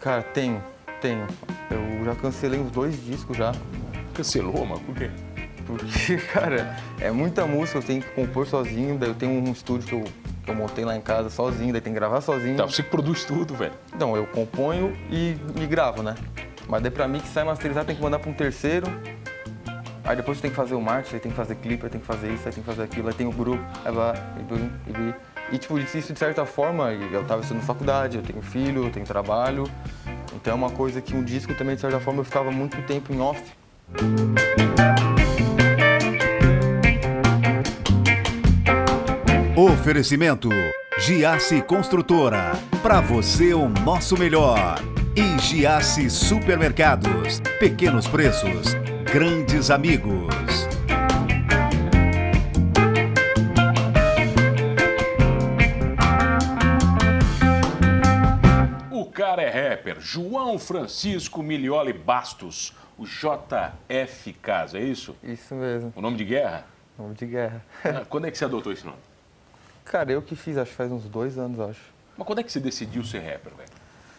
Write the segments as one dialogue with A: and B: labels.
A: Cara, tenho, tenho. Eu já cancelei uns dois discos já.
B: Cancelou, mano? Por quê?
A: Porque, cara, é muita música, eu tenho que compor sozinho, daí eu tenho um estúdio que eu, que eu montei lá em casa sozinho, daí tem que gravar sozinho.
B: Tá, você que produz tudo, velho.
A: Então, eu componho e, e gravo, né? Mas daí pra mim que sai masterizado tem que mandar pra um terceiro. Aí depois tem que fazer o marketing, aí tem que fazer clipe, aí tem que fazer isso, aí tem que fazer aquilo, aí tem o grupo, aí lá, e, bum, e, bi. e tipo, isso de certa forma, e eu tava estudando faculdade, eu tenho filho, eu tenho trabalho. Então é uma coisa que um disco também, de certa forma, eu ficava muito tempo em off.
C: Oferecimento Giasse Construtora. Para você o nosso melhor. E Giasse Supermercados. Pequenos preços, grandes amigos.
B: O cara é rapper, João Francisco Milioli Bastos, o JF Casa, é isso?
A: Isso mesmo,
B: O nome de guerra?
A: nome de guerra.
B: Ah, quando é que você adotou esse nome?
A: Cara, eu que fiz, acho que faz uns dois anos, acho.
B: Mas quando é que você decidiu ser rapper, velho?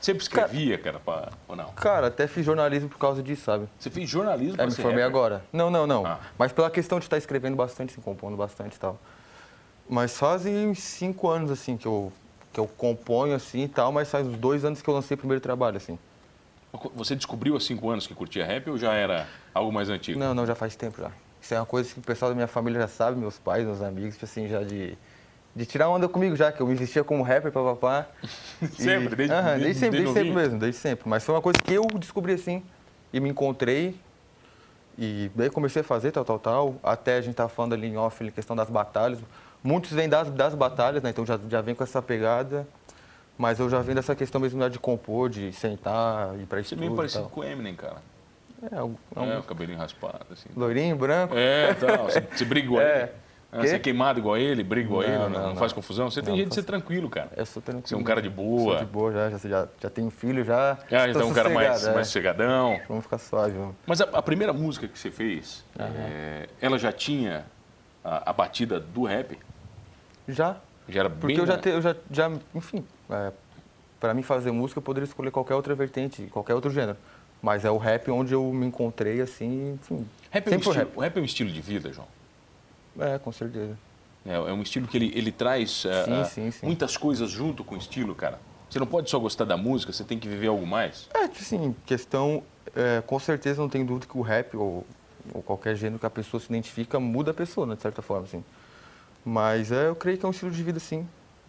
B: Sempre escrevia, cara, pra... ou não?
A: Cara, até fiz jornalismo por causa disso, sabe?
B: Você fez jornalismo
A: É,
B: pra
A: me
B: ser
A: formei
B: rapper?
A: agora. Não, não, não.
B: Ah.
A: Mas pela questão de estar escrevendo bastante, se compondo bastante e tal. Mas fazem uns cinco anos, assim, que eu, que eu componho, assim, e tal, mas faz uns dois anos que eu lancei o primeiro trabalho, assim.
B: Você descobriu há cinco anos que curtia rap ou já era algo mais antigo?
A: Não, não, já faz tempo já. Isso é uma coisa que o pessoal da minha família já sabe, meus pais, meus amigos, tipo assim, já de... De tirar onda comigo já, que eu me vestia como rapper, papapá.
B: Sempre, desde-
A: Aham, sempre,
B: desde- desde
A: desde sempre
B: novinho?
A: mesmo, desde sempre. Mas foi uma coisa que eu descobri assim e me encontrei. E daí comecei a fazer tal, tal, tal. Até a gente tava falando ali em off, ali, questão das batalhas. Muitos vêm das, das batalhas, né? Então já, já vem com essa pegada. Mas eu já venho dessa questão mesmo né, de compor, de sentar, ir pra
B: Você é
A: estúdio
B: meio
A: e
B: parecido
A: tal.
B: com o Eminem, cara.
A: É, um, é um
B: É, o cabelinho raspado, assim.
A: loirinho, branco.
B: É, tal. Você, você briga igual
A: É.
B: ele. Ah,
A: Quê?
B: Você é queimado igual ele, briga igual
A: Não,
B: ele, não,
A: não,
B: não
A: não.
B: faz confusão. Você tem
A: Não,
B: jeito
A: não
B: de ser tranquilo, cara.
A: Eu sou tranquilo.
B: Você é um cara de boa.
A: Sou de boa, já, já, já, já tenho filho, já.
B: Ah,
A: tô
B: então um cara mais,
A: sossegado, é.
B: mais sossegadão.
A: Vamos ficar suave, vamos.
B: Mas a, a primeira música que você fez, é, ela já tinha a, a batida do rap?
A: Já,
B: Já era bem né?
A: Porque eu já,
B: na-
A: te, eu já, já enfim, é, para mim fazer música eu poderia escolher qualquer outra vertente, qualquer outro gênero. Mas é o rap onde eu me encontrei, assim, enfim.
B: Rap é, um
A: sempre o
B: estilo,
A: rap.
B: o rap é um estilo de vida, João.
A: É, com certeza.
B: É, é um estilo que ele, ele traz é,
A: Sim,
B: é,
A: sim, sim.
B: muitas coisas junto com o estilo, cara. Você não pode só gostar da música, você tem que viver algo mais.
A: É, tipo assim, questão, é, com certeza não tem dúvida que o rap ou, ou qualquer gênero que a pessoa se identifica muda a pessoa, né, de certa forma, assim. Mas é, eu creio que é um estilo de vida, sim.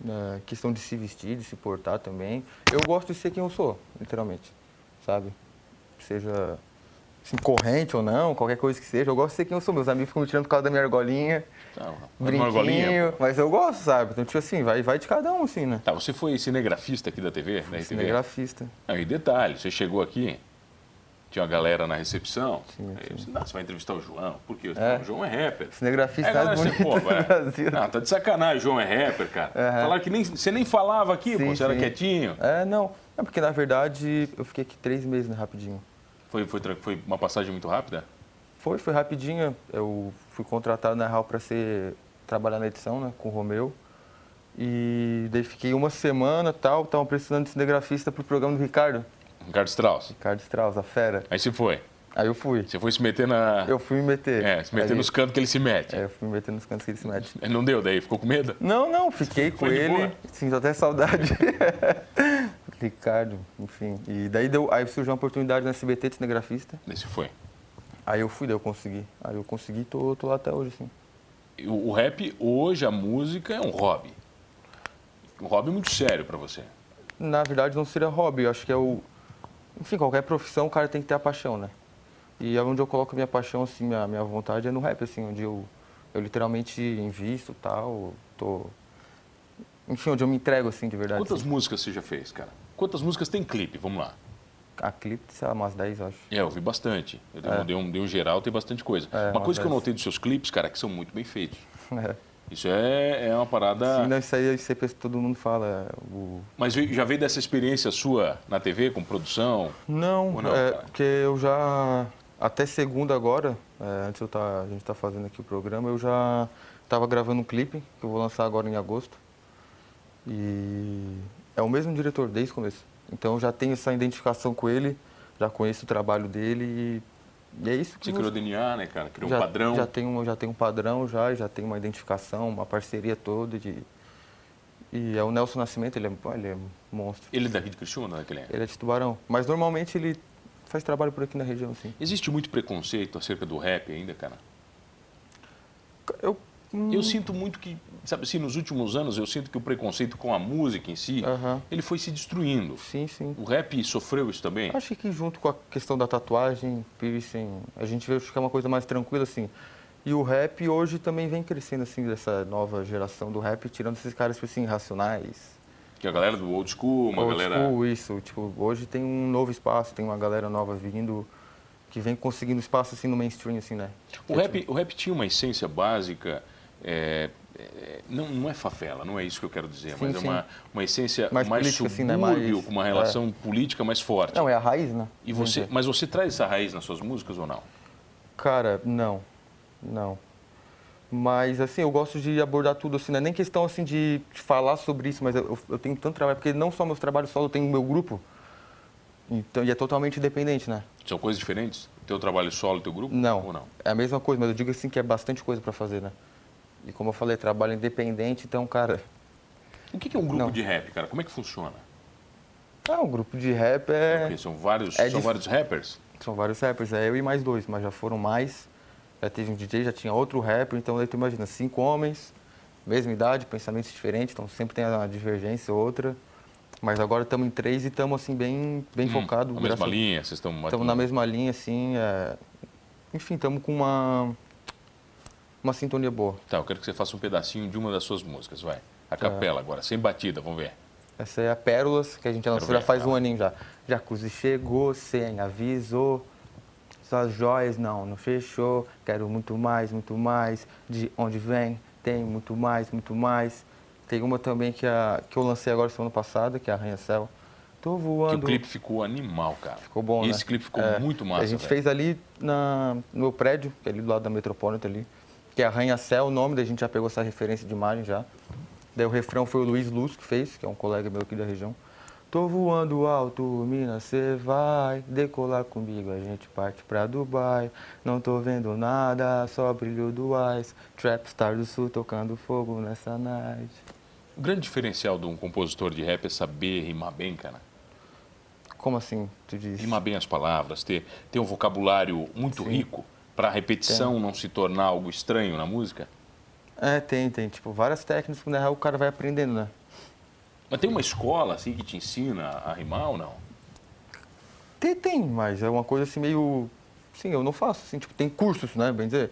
A: É, questão de se vestir, de se portar também. Eu gosto de ser quem eu sou, literalmente, sabe? Seja assim, corrente ou não, qualquer coisa que seja, eu gosto de ser quem eu sou. Meus amigos ficam me tirando por causa da minha argolinha,
B: Tá, uma argolinha,
A: brinquinho, mas eu gosto, sabe? Então, tipo assim, vai, vai de cada um, assim, né?
B: Tá, você foi cinegrafista aqui da TV, da RTV?
A: Cinegrafista.
B: Não, e detalhe, você chegou aqui, tinha uma galera na recepção,
A: Sim,
B: aí você, "Ah, você vai entrevistar o João, por quê?
A: É.
B: O João é assim, rapper.
A: Cinegrafista
B: Aí a galera,
A: mais
B: você,
A: bonito do
B: velho,
A: Brasil.
B: Ah, tá de sacanagem, o João é rapper, cara.
A: Aham.
B: Falaram que nem, você nem falava aqui, pô,
A: Sim,
B: você era
A: sim.
B: quietinho.
A: É, não. É porque, na verdade, eu fiquei aqui três meses, né, rapidinho.
B: Foi, foi, tra- foi uma passagem muito rápida?
A: Foi, foi rapidinho. Eu fui contratado na Real para ser trabalhar na edição, né, com o Romeu. E daí fiquei uma semana tal, estavam precisando de cinegrafista pro programa do Ricardo.
B: Ricardo Um Strauss.
A: Ricardo Strauss, a fera.
B: Aí você foi.
A: Aí eu fui.
B: Você foi se meter na...
A: Eu fui me meter.
B: É, se meter
A: Ali.
B: nos cantos que ele se mete.
A: É, eu fui me meter nos cantos que ele se mete.
B: Não deu daí, ficou com medo?
A: Não, não, fiquei com
B: Foi de boa?
A: ele. Sinto até saudade. Ricardo, enfim. E daí deu, aí surgiu uma oportunidade na SBT de cinegrafista.
B: Daí você foi.
A: Aí eu fui, daí eu consegui. Aí eu consegui, tô, tô lá até hoje, assim.
B: E O, o rap, hoje, a música é um hobby. Um hobby muito sério pra você.
A: Na verdade, não seria hobby, eu acho que é o... Enfim, qualquer profissão, o cara tem que ter a paixão, né? E é onde eu coloco a minha paixão, assim, minha, minha vontade é no rap, assim, onde eu, eu literalmente invisto e tal, tô... Enfim, onde eu me entrego, assim, de verdade.
B: Quantas
A: assim.
B: músicas você já fez, cara? Quantas músicas tem clipe? Vamos lá.
A: A clipe, sei lá, umas 10, eu acho.
B: É, eu vi bastante. Eu dei, um- dei um, dei um geral, tem bastante coisa.
A: É,
B: uma
A: uma
B: coisa que eu
A: vez.
B: notei dos seus clipes, cara, é que são muito bem feitos.
A: É.
B: Isso é, é uma parada.
A: Sim, né? não, isso aí, isso aí penso que todo mundo fala. é, O...
B: Mas veio- já veio dessa experiência sua na TV, com produção?
A: Não,
B: Ou não,
A: é,
B: cara?
A: porque eu já. Até segunda agora, é, antes eu tá, a gente tá fazendo aqui o programa, eu já estava gravando um clipe que eu vou lançar agora em agosto. E é é o mesmo diretor desde o começo. Então eu já tenho essa identificação com ele, já conheço o trabalho dele e, e é isso que
B: Você
A: nos-
B: criou DNA, né, cara? Criou
A: já,
B: um padrão.
A: Já tem, um, já tem um padrão, já, e já tem uma identificação, uma parceria toda. De, e é o Nelson Nascimento, ele é, pô, ele é um monstro.
B: Ele é daqui de Criciúma, né, Guilherme?
A: Ele é de tubarão. Mas normalmente ele faz trabalho por aqui na região, assim.
B: Existe muito preconceito acerca do rap ainda, cara?
A: Eu, hum,
B: Eu sinto muito que, sabe assim, nos últimos anos eu sinto que o preconceito com a música em si,
A: Aham.
B: ele foi se destruindo.
A: sim, sim.
B: O rap sofreu isso também?
A: Acho que junto com a questão da tatuagem, piercing, a gente veio ficar é uma coisa mais tranquila, assim. E o rap hoje também vem crescendo, assim, dessa nova geração do rap, tirando esses caras, tipo assim, racionais.
B: Que a galera do old school, uma
A: Old
B: galera...
A: school, isso. Tipo, hoje tem um novo espaço, tem uma galera nova vindo que vem conseguindo espaço, assim, no mainstream, assim, né?
B: O rap, o rap tinha uma essência básica, é, é, não, não é favela, não é isso que eu quero dizer,
A: Sim,
B: mas
A: sim.
B: é uma, uma essência mais,
A: Mais política, assim, né?
B: subúrbio,
A: Mais- é.
B: com uma relação política mais forte.
A: Não, é a raiz, né?
B: e você,
A: Vamos dizer.
B: mas você traz essa raiz nas suas músicas ou não?
A: Cara, não. Não. Mas, assim, eu gosto de abordar tudo, assim, não é nem questão, assim, de falar sobre isso, mas eu, eu tenho tanto trabalho, porque não só meus trabalhos solo, eu tenho meu grupo. Então, e é totalmente independente, né?
B: São coisas diferentes? Teu trabalho solo, teu grupo?
A: Não.
B: Ou não?
A: É a mesma coisa, mas eu digo assim que é bastante coisa pra fazer, né? E como eu falei, trabalho independente, então, cara,
B: O que que é um grupo
A: Não.
B: de rap, cara? Como é que funciona?
A: ah, um grupo de rap
B: Porque
A: é.
B: são vários,
A: É
B: são
A: dif-
B: vários rappers?
A: São vários rappers, é eu e mais dois, mas já foram mais. Já teve um DJ, já tinha outro rapper, então daí tu imagina, cinco homens, mesma idade, pensamentos diferentes, então sempre tem uma divergência ou outra. Mas agora estamos em três e estamos assim bem, bem focado.
B: Hum, Na mesma
A: graças-
B: linha, vocês estão...
A: Estamos na mesma linha, assim. é, Enfim, estamos com uma, uma sintonia boa.
B: Tá, eu quero que você faça um pedacinho de uma das suas músicas, vai.
A: Tá.
B: A capela agora, sem batida, vamos ver.
A: Essa é a Pérolas, que a gente lançou já
B: ver,
A: faz um
B: tá.
A: aninho já. Jacuzzi chegou sem aviso. Suas joias não, não fechou. Quero muito mais, muito mais. De onde vem, tem muito mais, muito mais. Tem uma também que, a, que eu lancei agora semana passada, que é Arranha-Céu. Tô
B: Que
A: voando.
B: o clipe ficou animal, cara.
A: Ficou bom, né?
B: Esse clipe ficou
A: É,
B: muito massa,
A: A gente
B: velho.
A: fez ali na, no meu prédio, que é ali do lado da Metropolitan ali, que é Arranha-Céu o nome, daí a gente já pegou essa referência de imagem já. Daí o refrão foi o Luiz Luz que fez, que é um colega meu aqui da região. Tô voando alto, mina, cê vai decolar comigo, a gente parte pra Dubai. Não tô vendo nada, só brilho do ice. Trap Star do Sul tocando fogo nessa night.
B: O grande diferencial de um compositor de rap é saber rimar bem, cara.
A: Como assim, tu diz?
B: Rimar bem as palavras, ter, ter um vocabulário muito rico para a repetição não se tornar algo estranho na música.
A: É, tem, tem. Tipo, várias técnicas que na real o cara vai aprendendo, né?
B: Mas tem uma escola assim que te ensina a rimar ou não?
A: Tem, tem, mas é uma coisa assim meio. Sim, eu não faço, assim, tipo, tem cursos, né, bem dizer.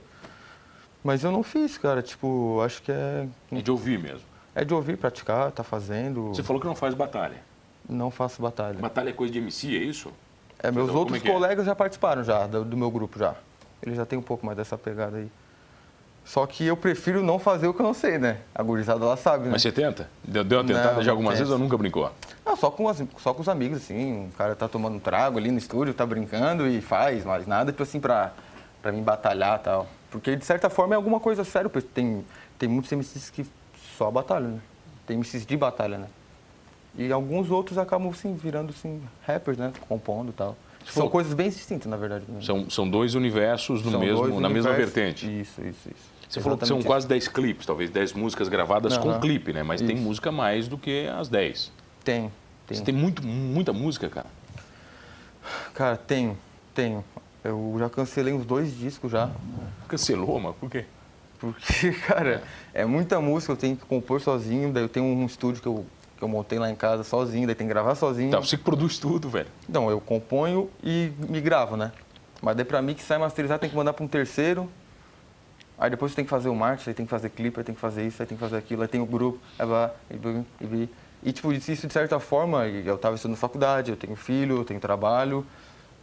A: Mas eu não fiz, cara, tipo, acho que é.
B: É de ouvir mesmo.
A: É de ouvir, praticar, tá fazendo.
B: Você falou que não faz batalha.
A: Não faço batalha.
B: Batalha é coisa de MC, é isso?
A: É, meus
B: Como
A: outros
B: é que é?
A: colegas já participaram já, do, do meu grupo já. Eles já têm um pouco mais dessa pegada aí. Só que eu prefiro não fazer o que eu não sei, né? A gurizada lá sabe, né?
B: Mas você tenta? Deu, deu uma tentada
A: Não,
B: já algumas
A: não
B: vezes ou
A: tento.
B: nunca brincou?
A: Não, Ah, só com, as- só com os amigos, assim. O cara tá tomando um trago ali no estúdio, tá brincando e faz, mas nada, tipo assim, pra, pra mim batalhar e tal. Porque, de certa forma, é alguma coisa séria. porque Tem, tem muitos MCs que só batalham, né? Tem MCs de batalha, né? E alguns outros acabam, assim, virando, assim, rappers, né? Compondo e tal. São
B: falou-
A: coisas bem distintas, na verdade. né?
B: São, são dois universos no
A: São
B: mesmo,
A: dois
B: na mesma
A: universos.
B: vertente.
A: Isso, isso, isso.
B: Você é um falou que são
A: Exatamente
B: quase 10 clipes, talvez 10 músicas gravadas com
A: Aham.
B: clipe, né? Mas tem
A: Isso.
B: música mais do que as 10.
A: isso. Tem,
B: Você
A: tem.
B: tem muito, muita música, cara.
A: Cara, tenho, tenho. Eu já cancelei uns dois discos já.
B: Cancelou, mas por quê?
A: Porque, cara, é muita música, eu tenho que compor sozinho, daí eu tenho um estúdio que eu, que eu montei lá em casa sozinho, daí tem que gravar sozinho.
B: Tá, você que produz tudo, velho.
A: Não, eu componho e me gravo, né? Mas daí pra mim que sai masterizado tem que mandar pra um terceiro. Aí depois tem que fazer o marketing, aí tem que fazer clipe, aí tem que fazer isso, aí tem que fazer aquilo, aí tem o grupo, aí vai, e, bu- e, bi. e tipo, isso isso, de certa forma, e eu tava estudando faculdade, eu tenho filho, eu tenho trabalho.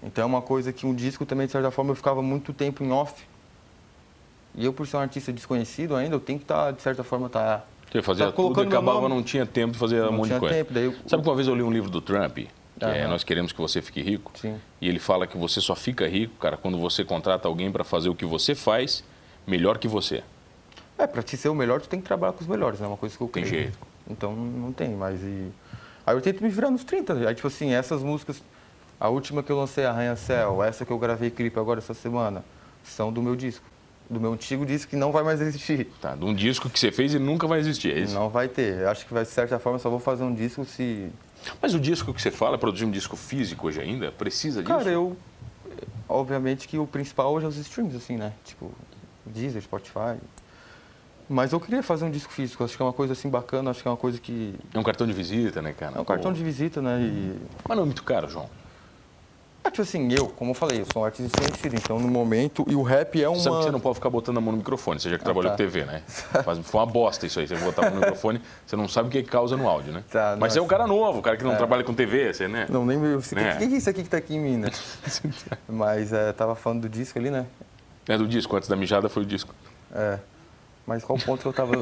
A: Então é uma coisa que um disco também, de certa forma, eu ficava muito tempo em off. E eu, por ser um artista desconhecido ainda, eu tenho que estar, de certa forma, tá.
B: Você fazia
A: tá
B: tudo e
A: meu
B: acabava,
A: nome.
B: não tinha tempo de fazer um
A: Não
B: monte de
A: tinha
B: coisa.
A: tempo, daí eu-
B: Sabe que uma vez eu li um livro do Trump, que é
A: Aham.
B: Nós Queremos Que Você Fique Rico?
A: Sim.
B: E ele fala que você só fica rico, cara, quando você contrata alguém pra fazer o que você faz melhor que você.
A: É, pra te ser o melhor, tu tem que trabalhar com os melhores, né? É uma coisa que eu
B: Tem
A: creio.
B: jeito.
A: Então, não tem, mas e... Aí eu tento me virar nos 30. Aí, tipo assim, essas músicas, a última que eu lancei, Arranha-Céu, essa que eu gravei clipe agora essa semana, são do meu disco. Do meu antigo disco que não vai mais existir.
B: Tá, de um disco que você fez e nunca vai existir, é isso?
A: Não vai ter. Eu acho que vai, de certa forma, eu só vou fazer um disco se.
B: Mas o disco que você fala, produzir um disco físico hoje ainda, precisa disso?
A: Cara, eu. Obviamente que o principal hoje é os streams, assim, né? Tipo, Deezer, Spotify. Mas eu queria fazer um disco físico, acho que é uma coisa assim bacana, acho que é uma coisa que.
B: É um cartão de visita, né, cara?
A: É um cartão de visita, né? E.
B: Mas não é muito caro, João.
A: Ah, tipo assim, eu, como eu falei, eu sou um artista desconhecido, então no momento. E o rap é uma.
B: Você sabe que você não pode ficar botando a mão no microfone, você já que trabalhou
A: tá.
B: com TV, né? Mas foi uma bosta isso aí, você botar a mão no microfone, você não sabe o que causa no áudio, né?
A: Tá,
B: Mas você é um cara novo, o cara que não trabalha com TV, você, né?
A: Não lembro. eu sei- O
B: É.
A: que, que é isso aqui que tá aqui em mim, né? Mas é, tava falando do disco ali, né?
B: É do disco, antes da mijada foi o disco.
A: É. Mas qual ponto que eu tava.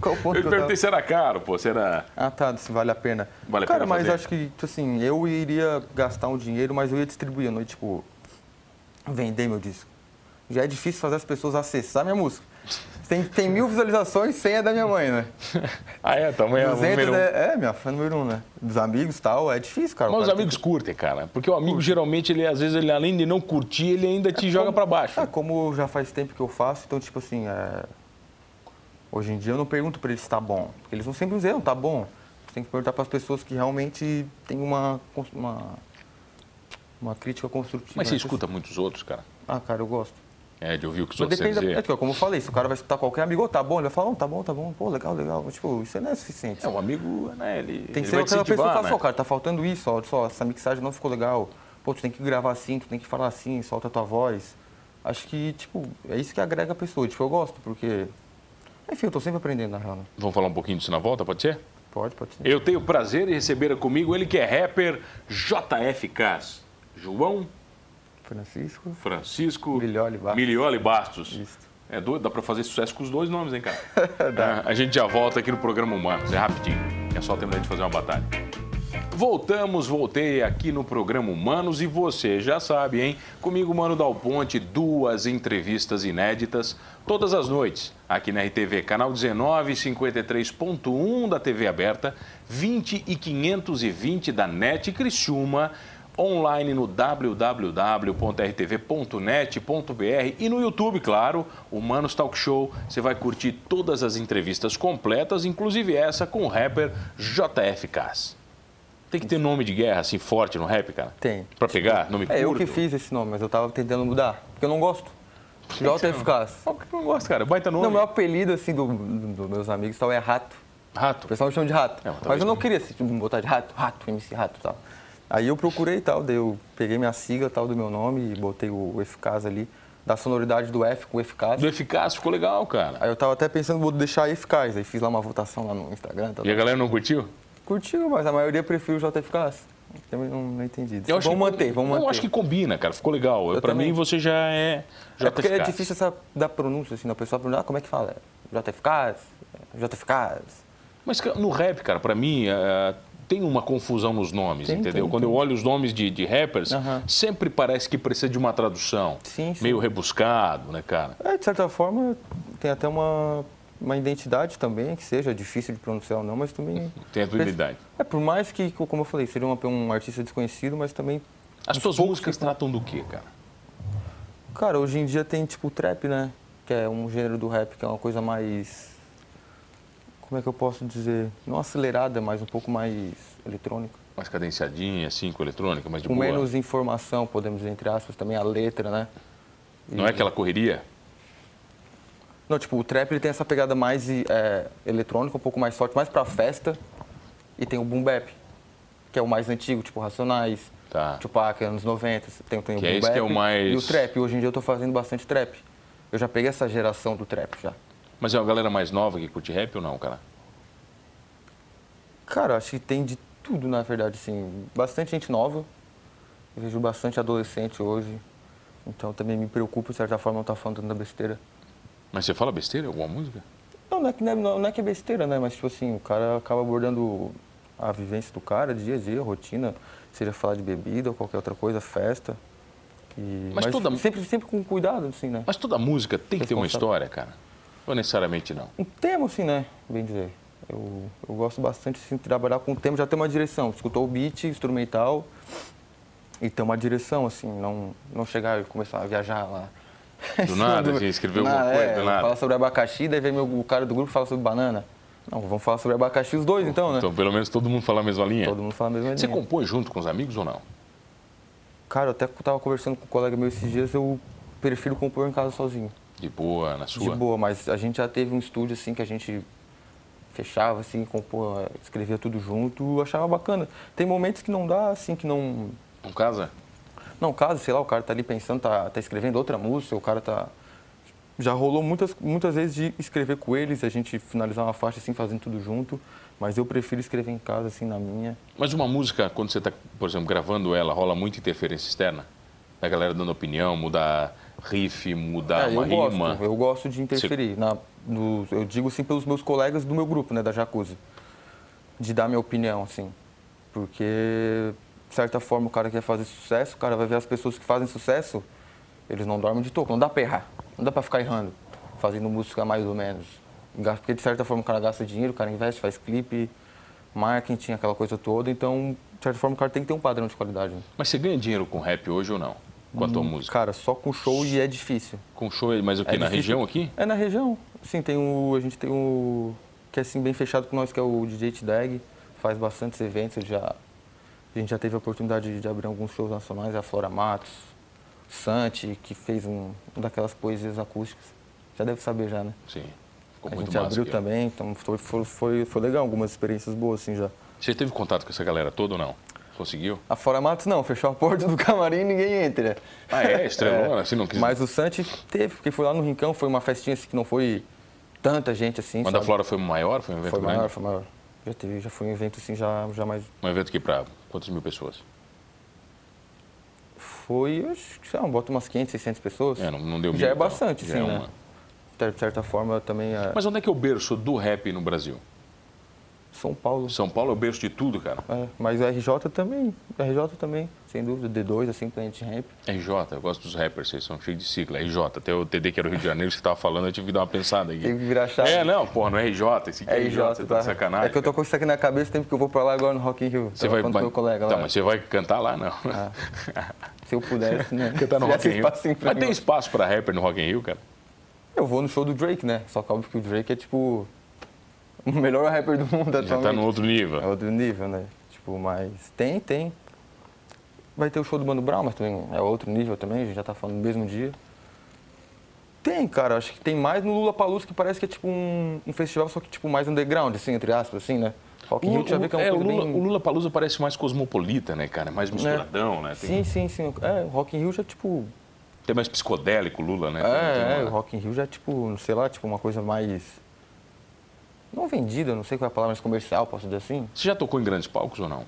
A: Qual ponto que
B: Eu
A: eu tava.
B: perguntei se era caro, pô, se era...
A: Ah, tá, se vale a pena.
B: Vale a
A: Cara,
B: pena
A: mas
B: fazer.
A: acho que, tipo assim, eu iria gastar um dinheiro, mas eu ia distribuir, eu não ia, tipo, vender meu disco. Já é difícil fazer as pessoas acessar minha música. Tem, tem mil visualizações, 100 é da minha mãe, né?
B: Ah, é, tamanho é o
A: 200
B: número um.
A: é, é, minha fã número um, né? Dos amigos e tal, é difícil, cara. O
B: Mas os
A: cara tem
B: amigos curtem, cara. Porque o amigo, geralmente, ele às vezes, ele, além de não curtir, ele ainda te joga pra baixo.
A: Ah, como já faz tempo que eu faço, então, tipo assim, é, hoje em dia eu não pergunto pra eles se tá bom. Porque eles vão sempre dizer, não, tá bom. Você tem que perguntar pras pessoas que realmente têm uma, cons- uma, uma crítica construtiva.
B: Mas você
A: né?
B: escuta muitos outros, cara.
A: Ah, cara, eu gosto.
B: É, de ouvir o que
A: Mas
B: os outros têm a
A: depende da... É,
B: dizer.
A: tipo, como eu falei, se o cara vai escutar qualquer amigo, "Ô, tá bom, ele vai falar, não, tá bom, tá bom, pô, legal, legal. Mas, tipo, isso não é suficiente.
B: É, o amigo, né, ele,
A: Tem que
B: ele vai
A: ser aquela
B: te
A: pessoa que
B: incentivar,
A: fala, só,
B: né?
A: cara, tá faltando isso, ó, só, essa mixagem não ficou legal. Pô, tu tem que gravar assim, tu tem que falar assim, solta a tua voz. Acho que, tipo, é isso que agrega a pessoa. Tipo, eu gosto, porque... Enfim, eu tô sempre aprendendo, na real. né?
B: Vamos falar um pouquinho disso na volta, pode ser?
A: Pode, pode ser.
B: Eu tenho o prazer em receber comigo ele que é rapper JF Cas. João
A: Francisco.
B: Francisco
A: Milioli Bastos.
B: Milioli Bastos.
A: Isso.
B: É doido, dá pra fazer sucesso com os dois nomes, hein, cara? É, a gente já volta aqui no programa Humanos, é rapidinho. É só terminar de fazer uma batalha. Voltamos, voltei aqui no programa Humanos e você já sabe, hein? Comigo, Mano Dal Ponte, duas entrevistas inéditas todas as noites, aqui na RTV, canal 19, 53.1 da TV aberta, 20 e 520 da NET Criciúma, online no www.rtv.net.br e no YouTube, claro, Humanos Talk Show. Você vai curtir todas as entrevistas completas, inclusive essa com o rapper JF Cas. Tem que ter nome de guerra assim forte no rap, cara?
A: Tem.
B: Pra pegar? Nome
A: É, eu que
B: curto?
A: fiz esse nome, mas eu tava tentando mudar, porque eu não gosto. Igual
B: Então.
A: tem eficaz.
B: Qual que eu não gosto, cara? Baita nome.
A: Não, meu apelido, assim, do- do- dos meus amigos e tal é Rato. O
B: Rato.
A: pessoal me chama de rato.
B: É, mas
A: mas,
B: talvez
A: eu não
B: não.
A: queria assim, tipo, me botar de rato, rato, MC rato e tal. Aí eu procurei e tal, daí eu peguei minha sigla tal do meu nome e botei o eficaz ali, da sonoridade do F com eficaz.
B: Do eficaz ficou legal, cara.
A: Aí eu tava até pensando, vou deixar eficaz. Aí fiz lá uma votação lá no Instagram e tal.
B: E a galera não curtiu?
A: Curtiu, mas a maioria prefere o J eficaz. Também não, não entendi.
B: Eu acho
A: vamos
B: que-
A: manter, vamos
B: não,
A: manter.
B: Eu acho que combina, cara. Ficou legal.
A: Eu
B: pra
A: também.
B: mim, você já é
A: É porque é
B: JFK.
A: difícil essa da pronúncia, assim, da pessoa perguntar, ah, como é que fala? J eficaz? J eficaz?
B: Mas cara, no rap, cara, pra mim, ah, tem uma confusão nos nomes,
A: Tem,
B: entendeu?
A: tem,
B: Quando eu olho os nomes de, de rappers,
A: Aham.
B: sempre parece que precisa de uma tradução.
A: Sim, sim.
B: Meio rebuscado, né, cara?
A: É, de certa forma, tem até uma, uma identidade também, que seja difícil de pronunciar ou não, mas também...
B: Tem a tua identidade.
A: É, por mais que, co- como eu falei, seria uma- um artista desconhecido, mas também...
B: As tuas músicas tratam do quê, cara?
A: Cara, hoje em dia tem, tipo, o trap, né? Que é um gênero do rap que é uma coisa mais... Como é que eu posso dizer? Não acelerada, mas um pouco mais eletrônica.
B: Mais cadenciadinha, assim, com eletrônica, mais de
A: Com
B: boa.
A: menos informação, podemos dizer, entre aspas, também a letra, né?
B: Não é aquela correria?
A: Não, tipo, o trap ele tem essa pegada mais é, eletrônica, um pouco mais forte, mais pra festa. E tem o boom bap, que é o mais antigo, tipo Racionais,
B: Tá.
A: Tupac, anos 90. Tem, tem o
B: Que
A: boom
B: é esse
A: bap
B: que é o mais-
A: e o trap. Hoje em dia eu tô fazendo bastante trap. Eu já peguei essa geração do trap já.
B: Mas é uma galera mais nova que curte rap ou não, cara?
A: Cara, eu acho que tem de tudo, na verdade, assim. Bastante gente nova. Eu vejo bastante adolescente hoje. Então também me preocupo, de certa forma, não estar falando tanta besteira.
B: Mas você fala besteira em alguma música?
A: Não, não é, que, não, é, não é que é besteira, né? Mas, tipo assim, o cara acaba abordando a vivência do cara, dia a dia, rotina, seja falar de bebida ou qualquer outra coisa, festa. E-
B: Mas toda-
A: sempre, sempre com cuidado, assim, né?
B: Mas toda música tem que ter uma
A: Responsável.
B: história, cara. Ou necessariamente não.
A: Um tema, assim, né? Bem dizer. Eu, eu gosto bastante assim, de trabalhar com o tema, já tem uma direção. Escutou o beat, instrumental e ter uma direção, assim, não, não chegar e começar a viajar lá.
B: Do nada, assim, escrever alguma
A: Na-
B: coisa,
A: é,
B: do nada.
A: Falar sobre abacaxi, daí vem meu- o cara do grupo e fala sobre banana. Não, vamos falar sobre abacaxi os dois então, né?
B: Então, pelo menos todo mundo fala a mesma linha.
A: Todo mundo fala a mesma
B: Você
A: linha.
B: compõe junto com os amigos ou não?
A: Cara, eu até tava conversando com um colega meu esses dias, eu prefiro compor em casa sozinho.
B: De boa, na sua?
A: De boa, mas a gente já teve um estúdio assim que a gente fechava, assim, compor, escrevia tudo junto, achava bacana. Tem momentos que não dá, assim, que não.
B: Não casa?
A: Não, caso, sei lá, o cara tá ali pensando, tá, tá escrevendo outra música, o cara tá. Já rolou muitas, muitas vezes de escrever com eles, a gente finalizar uma faixa assim, fazendo tudo junto, mas eu prefiro escrever em casa, assim, na minha.
B: Mas uma música, quando você está, por exemplo, gravando ela, rola muita interferência externa? Da galera dando opinião, muda riff,
A: É,
B: muda
A: eu
B: Tá, uma rima.
A: gosto, eu gosto de interferir. na- no- eu digo assim pelos meus colegas do meu grupo, né, da Jacuzzi, de dar minha opinião, assim. Porque, de certa forma, o cara quer fazer sucesso, o cara vai ver as pessoas que fazem sucesso, eles não dormem de toco, não dá pra errar, não dá pra ficar errando, fazendo música mais ou menos. Gasta- Porque, de certa forma, o cara gasta dinheiro, o cara investe, faz clipe, marketing, aquela coisa toda. Então, de certa forma, o cara tem que ter um padrão de qualidade. né?
B: Mas você ganha dinheiro com rap hoje ou não? Com a tua música?
A: Cara, só com show e é difícil.
B: Com show, mas o que?
A: É
B: na
A: difícil.
B: região aqui?
A: É na região. Sim, tem o. A gente tem o. Que é assim, bem fechado com nós, que é o DJ T-Dag. Faz bastantes eventos, ele já. A gente já teve a oportunidade de- de abrir alguns shows nacionais, a Flora Matos, Santi, que fez um, uma daquelas poesias acústicas. Já deve saber já, né?
B: Sim. Ficou
A: a
B: muito
A: gente
B: massa.
A: abriu
B: aqui, ó.
A: também, então foi, foi, foi, foi legal, algumas experiências boas assim já.
B: Você teve contato com essa galera toda ou não? Conseguiu?
A: A Flora Matos não, fechou a porta do camarim e ninguém entra. né?
B: Ah, é? Estrelona? Se não quiser.
A: Mas o Santi teve, porque foi lá no Rincão, foi uma festinha assim, que não foi tanta gente assim.
B: Quando a
A: sabe?
B: Flora foi maior, foi um evento
A: Foi
B: grande?
A: maior, foi maior. Já, teve, já foi um evento assim, já, já mais.
B: Um evento que pra quantas mil pessoas?
A: Foi, eu acho que sei lá, bota umas 500, 600 pessoas.
B: É, não, não deu mil.
A: já é
B: então.
A: bastante,
B: Já
A: sim,
B: é
A: né?
B: uma.
A: De certa forma, também é
B: Mas onde é que é o berço do rap no Brasil?
A: São Paulo.
B: São Paulo é o berço de tudo, cara.
A: É, mas o RJ também, RJ também, sem dúvida, D2, assim, Planet Ramp.
B: RJ, eu gosto dos rappers, vocês são cheios de sigla. RJ, até o TD que era o Rio de Janeiro, que você tava falando, eu tive que dar uma pensada aqui.
A: Teve que virar chave.
B: É, não, porra, não é RJ, esse aqui é RJ, você tá de sacanagem.
A: É que eu tô com isso aqui na cabeça, tempo que eu vou pra lá agora no Rock in Rio.
B: Você vai...
A: com meu colega
B: Tá,
A: lá. Ah.
B: mas você vai cantar lá, não.
A: Se eu pudesse, né?
B: Cantar tá no
A: Se
B: Rock in
A: tivesse
B: Rio.
A: espacinho assim pra
B: Mas
A: mim,
B: tem
A: eu-
B: espaço pra rapper no Rock in Rio, cara?
A: Eu vou no show do Drake, né? Só que óbvio que o Drake é tipo o melhor rapper do mundo atualmente.
B: Já tá no outro nível.
A: É outro nível, né? Tipo, mas tem, tem. Vai ter o show do Mano Brown, mas também é outro nível também, a gente já tá falando no mesmo dia. Tem, cara, acho que tem mais no Lula Palusa que parece que é tipo um, um festival, só que tipo mais underground, assim, entre aspas, assim, né? Rock in Rio, tu já vê que é um
B: é, o
A: coisa
B: Lula,
A: bem-
B: o Lula Palusa parece mais cosmopolita, né, cara? É Mais misturadão, né? Tem,
A: Sim, sim, sim. É, o Rock in Rio já tipo...
B: tem mais psicodélico o Lula, né? Tem-
A: É,
B: tem
A: é, o
B: uma-
A: Rock in Rio já é tipo, não sei lá, tipo uma coisa mais... Não vendida, não sei qual é a palavra, mas comercial, posso dizer assim.
B: Você já tocou em grandes palcos ou não?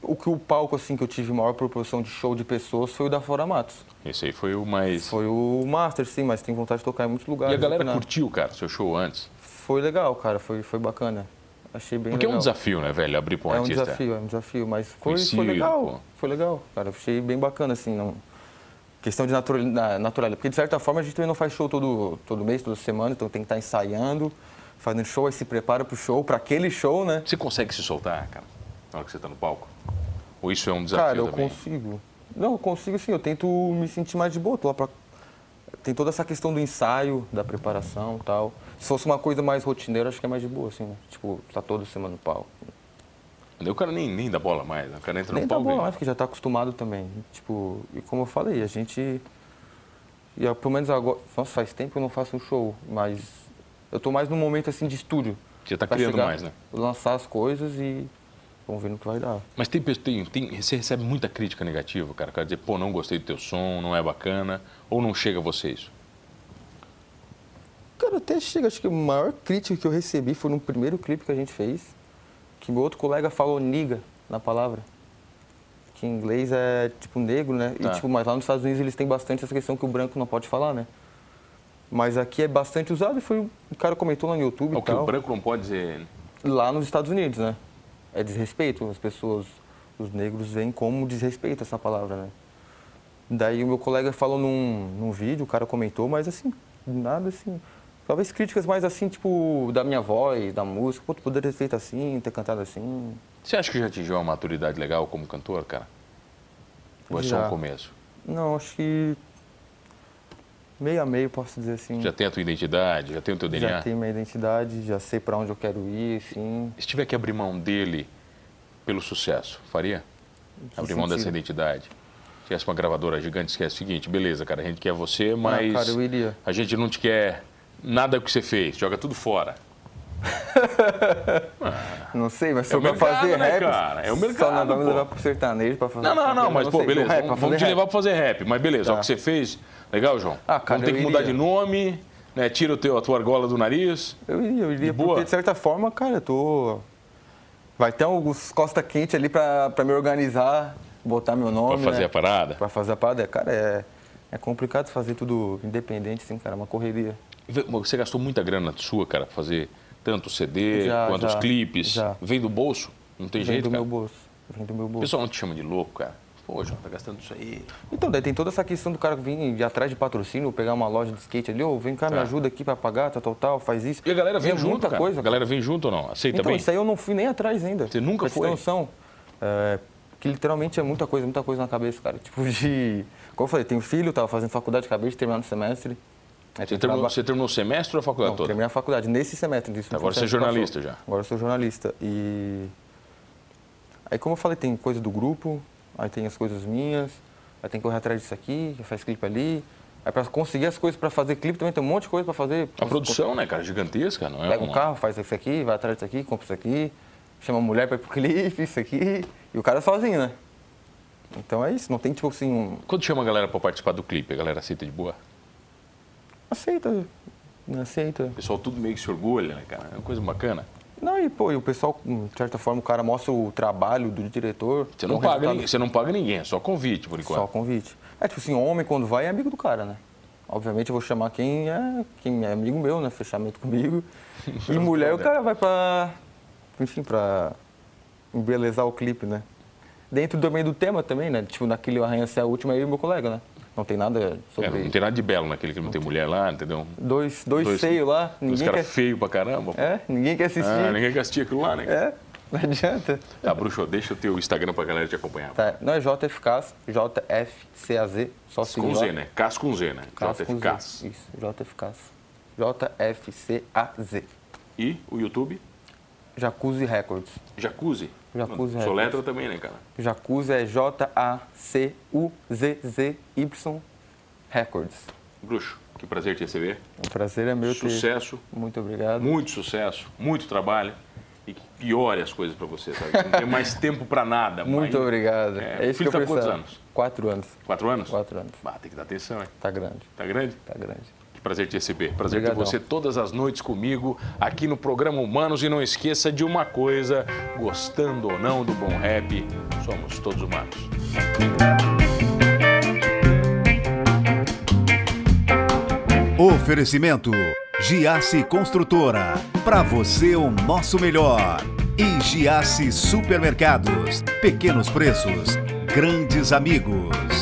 A: O que o palco, assim, que eu tive maior proporção de show de pessoas foi o da Flora Matos.
B: Esse aí foi o mais.
A: Foi o Master, sim, mas tem vontade de tocar em muitos lugares.
B: E a galera
A: aqui na-
B: curtiu, cara, seu show antes.
A: Foi legal, cara, foi, foi bacana. Achei bem
B: Porque é um
A: legal.
B: desafio, né, velho? Abrir pra um
A: É um
B: artista.
A: desafio, é um desafio, mas foi,
B: Conheci,
A: foi legal.
B: pô.
A: Foi legal, cara, achei bem bacana, assim, não... Questão de natural, natural, porque de certa forma a gente também não faz show todo, todo mês, toda semana, então tem que estar ensaiando, fazendo show, aí se prepara pro show, pra aquele show, né?
B: Você consegue se soltar, cara, na hora que você tá no palco? Ou isso é um desafio
A: Cara, eu
B: também?
A: consigo. Não, eu consigo sim, eu tento me sentir mais de boa. Tô lá pra... Tem toda essa questão do ensaio, da preparação e tal. Se fosse uma coisa mais rotineira, acho que é mais de boa, assim, né? Tipo, tá toda semana no palco.
B: Daí O cara nem, nem dá bola mais, né? o cara entra
A: Nem
B: no
A: tá
B: palco.
A: bom,
B: e-
A: mas porque já tá acostumado também. Tipo, e como eu falei, a gente. E ah, pelo menos agora. Nossa, faz tempo que eu não faço um show, mas eu tô mais num momento assim de estúdio.
B: Já tá
A: Pra
B: criando
A: chegar,
B: mais, né?
A: Lançar as coisas e vamos ver no que vai dar.
B: Mas tem, pe- tem, tem, você recebe muita crítica negativa, cara. O cara dizer, pô, não gostei do teu som, não é bacana. Ou não chega a você isso.
A: Cara, até chega, acho que a maior crítica que eu recebi foi no primeiro clipe que a gente fez, que meu outro colega falou niga na palavra. Que em inglês é tipo negro, né?
B: Tá.
A: E, tipo, mas lá nos Estados Unidos eles têm bastante essa questão que o branco não pode falar, né? Mas aqui é bastante usado e foi um cara comentou lá no YouTube
B: É
A: e
B: o que o
A: tal.
B: branco não pode dizer.
A: Lá nos Estados Unidos, né? É desrespeito, as pessoas, os negros veem como desrespeito essa palavra, né? Daí o meu colega falou num, num vídeo, o cara comentou, mas assim, nada assim. Talvez críticas mais assim, tipo, da minha voz, da música. Pô, tu poderia ter feito assim, ter cantado assim.
B: Você acha que já atingiu uma maturidade legal como cantor, cara? Ou é só
A: Já.
B: um começo?
A: Não, acho que. Meio a meio, posso dizer assim.
B: Já tem a tua identidade? Já tem né? o teu DNA?
A: Já tenho minha identidade, já sei pra onde eu quero ir, assim.
B: Se tiver que abrir mão dele pelo sucesso, faria?
A: que
B: Abrir mão dessa
A: sentido?
B: identidade. Se tivesse uma gravadora gigante, esquece o seguinte, beleza, cara, a gente quer você, mas
A: cara, eu iria.
B: a gente não te quer nada que você fez, joga tudo fora.
A: Não sei, mas se
B: É
A: eu
B: o
A: vou
B: mercado,
A: fazer
B: né,
A: rap,
B: cara? É o
A: só
B: mercado,
A: não vai me
B: pô.
A: levar pro sertanejo pra fazer
B: Não, não, não, mas
A: eu
B: pô,
A: sei, pro
B: beleza,
A: rap, pra
B: vamos,
A: fazer
B: vamos te
A: rap.
B: levar pra fazer rap, mas beleza, ó, o
A: Tá.
B: que você fez, legal, João?
A: Ah, cara,
B: vamos ter
A: eu
B: que mudar
A: iria.
B: de nome, né, tira o teu, a tua argola do nariz.
A: Eu iria, eu iria,
B: De boa?
A: porque de certa forma, cara, eu tô. Vai ter alguns costa quente ali pra, pra me organizar, botar meu nome.
B: Pra fazer
A: né?
B: a parada.
A: Pra fazer a parada. Cara, é, é complicado fazer tudo independente, assim, cara, é uma correria.
B: Você gastou muita grana sua, cara, pra fazer tanto o CD
A: Já,
B: quanto os
A: já,
B: clipes.
A: já.
B: Vem do bolso? Não tem
A: Vem
B: jeito,
A: do
B: cara.
A: meu bolso. Vem do meu
B: O
A: bolso.
B: pessoal não te chama de louco, cara. Pô, João, tá gastando isso aí.
A: Então, daí tem toda essa questão do cara vir de atrás de patrocínio, pegar uma loja de skate ali, ô, vem cá, me
B: Tá.
A: ajuda aqui pra pagar, tal, tal, tal, faz isso.
B: E a galera vem
A: é
B: junto,
A: muita
B: cara.
A: coisa.
B: A galera vem junto ou não? Aceita
A: Então,
B: bem?
A: isso aí eu não fui nem atrás ainda.
B: Você nunca
A: pra te
B: foi?
A: ter noção. É, que literalmente é muita coisa, muita coisa na cabeça, cara. Tipo de... Como eu falei, tenho filho, tava fazendo faculdade, acabei de terminar no semestre. Aí
B: Você
A: tem
B: terminou,
A: traba-
B: você terminou o semestre ou a faculdade
A: Não,
B: toda?
A: terminei a faculdade nesse semestre. Disso,
B: Agora você é
A: semestre que
B: jornalista
A: passou.
B: já.
A: Agora eu sou jornalista. E... Aí, como eu falei, tem coisa do grupo, aí tem as coisas minhas, aí tem que correr atrás disso aqui, faz clipe ali. Aí, pra conseguir as coisas pra fazer clipe, também tem um monte de coisa pra fazer.
B: A produção, né, cara, é gigantesca, não é?
A: Pega um
B: uma-
A: carro, faz isso aqui, vai atrás disso aqui, compra isso aqui, chama a mulher pra ir pro clipe, isso aqui. E o cara é sozinho, né? Então é isso, não tem tipo assim, um...
B: Quando chama a galera pra participar do clipe, a galera aceita de boa?
A: aceita, não aceita.
B: O pessoal tudo meio que se orgulha, né, cara? É uma coisa bacana.
A: Não, e pô, e o pessoal, de certa forma, o cara mostra o trabalho do diretor.
B: Você não,
A: o
B: paga,
A: resultado-
B: ninguém, você não paga ninguém, é um só convite, por enquanto.
A: Só convite. É tipo assim, homem quando vai é amigo do cara, né? Obviamente eu vou chamar quem é, quem é amigo meu, né? Fechamento comigo. E mulher o cara vai pra. Enfim, pra embelezar o clipe, né? Dentro também do tema também, né? Tipo, naquele arranha-céu último aí, meu colega, né? Não tem nada
B: É,
A: sobre.
B: não tem nada de belo naquele que não tem mulher lá, entendeu?
A: Dois, dois, feios lá,
B: Os
A: ninguém quer.
B: caras feios pra caramba. pô.
A: É, ninguém quer assistir.
B: Ah, ninguém gastia aquilo lá, né?
A: É, não adianta.
B: Tá, bruxo, deixa o teu Instagram pra galera te acompanhar.
A: Tá, não é JFKs, JFCAZ, só seguir.
B: Com
A: lá.
B: Z, né? Cas com Z, né?
A: Cas com Z.
B: JFKs.
A: Isso, JFKs. JFCAZ.
B: E o YouTube?
A: Jacuzzi Records.
B: Jacuzzi.
A: Jacuzzi, é.
B: Sou letra também, né, cara?
A: Jacuzzi é J-A-C-U-Z-Z-Y Records.
B: Bruxo, que prazer te receber.
A: O prazer é meu ter-
B: Sucesso,
A: Muito obrigado.
B: muito sucesso, muito trabalho. E que piore as coisas pra você, sabe? Não tem mais tempo pra nada.
A: Muito
B: mas-
A: obrigado.
B: É,
A: É,
B: o
A: isso
B: filho
A: que eu
B: tá com quantos
A: pensava.
B: anos?
A: Quatro anos.
B: Quatro anos?
A: Quatro anos.
B: Ah, tem que dar atenção, hein?
A: Tá grande,
B: Tá grande?
A: tá grande.
B: Que prazer te receber. Prazer ter
A: Obrigadão.
B: você todas as noites comigo aqui no programa Humanos. E não esqueça de uma coisa: gostando ou não do bom rap, somos todos humanos.
C: Oferecimento Giasse Construtora. Para você o nosso melhor. E Giasse Supermercados. Pequenos preços, grandes amigos.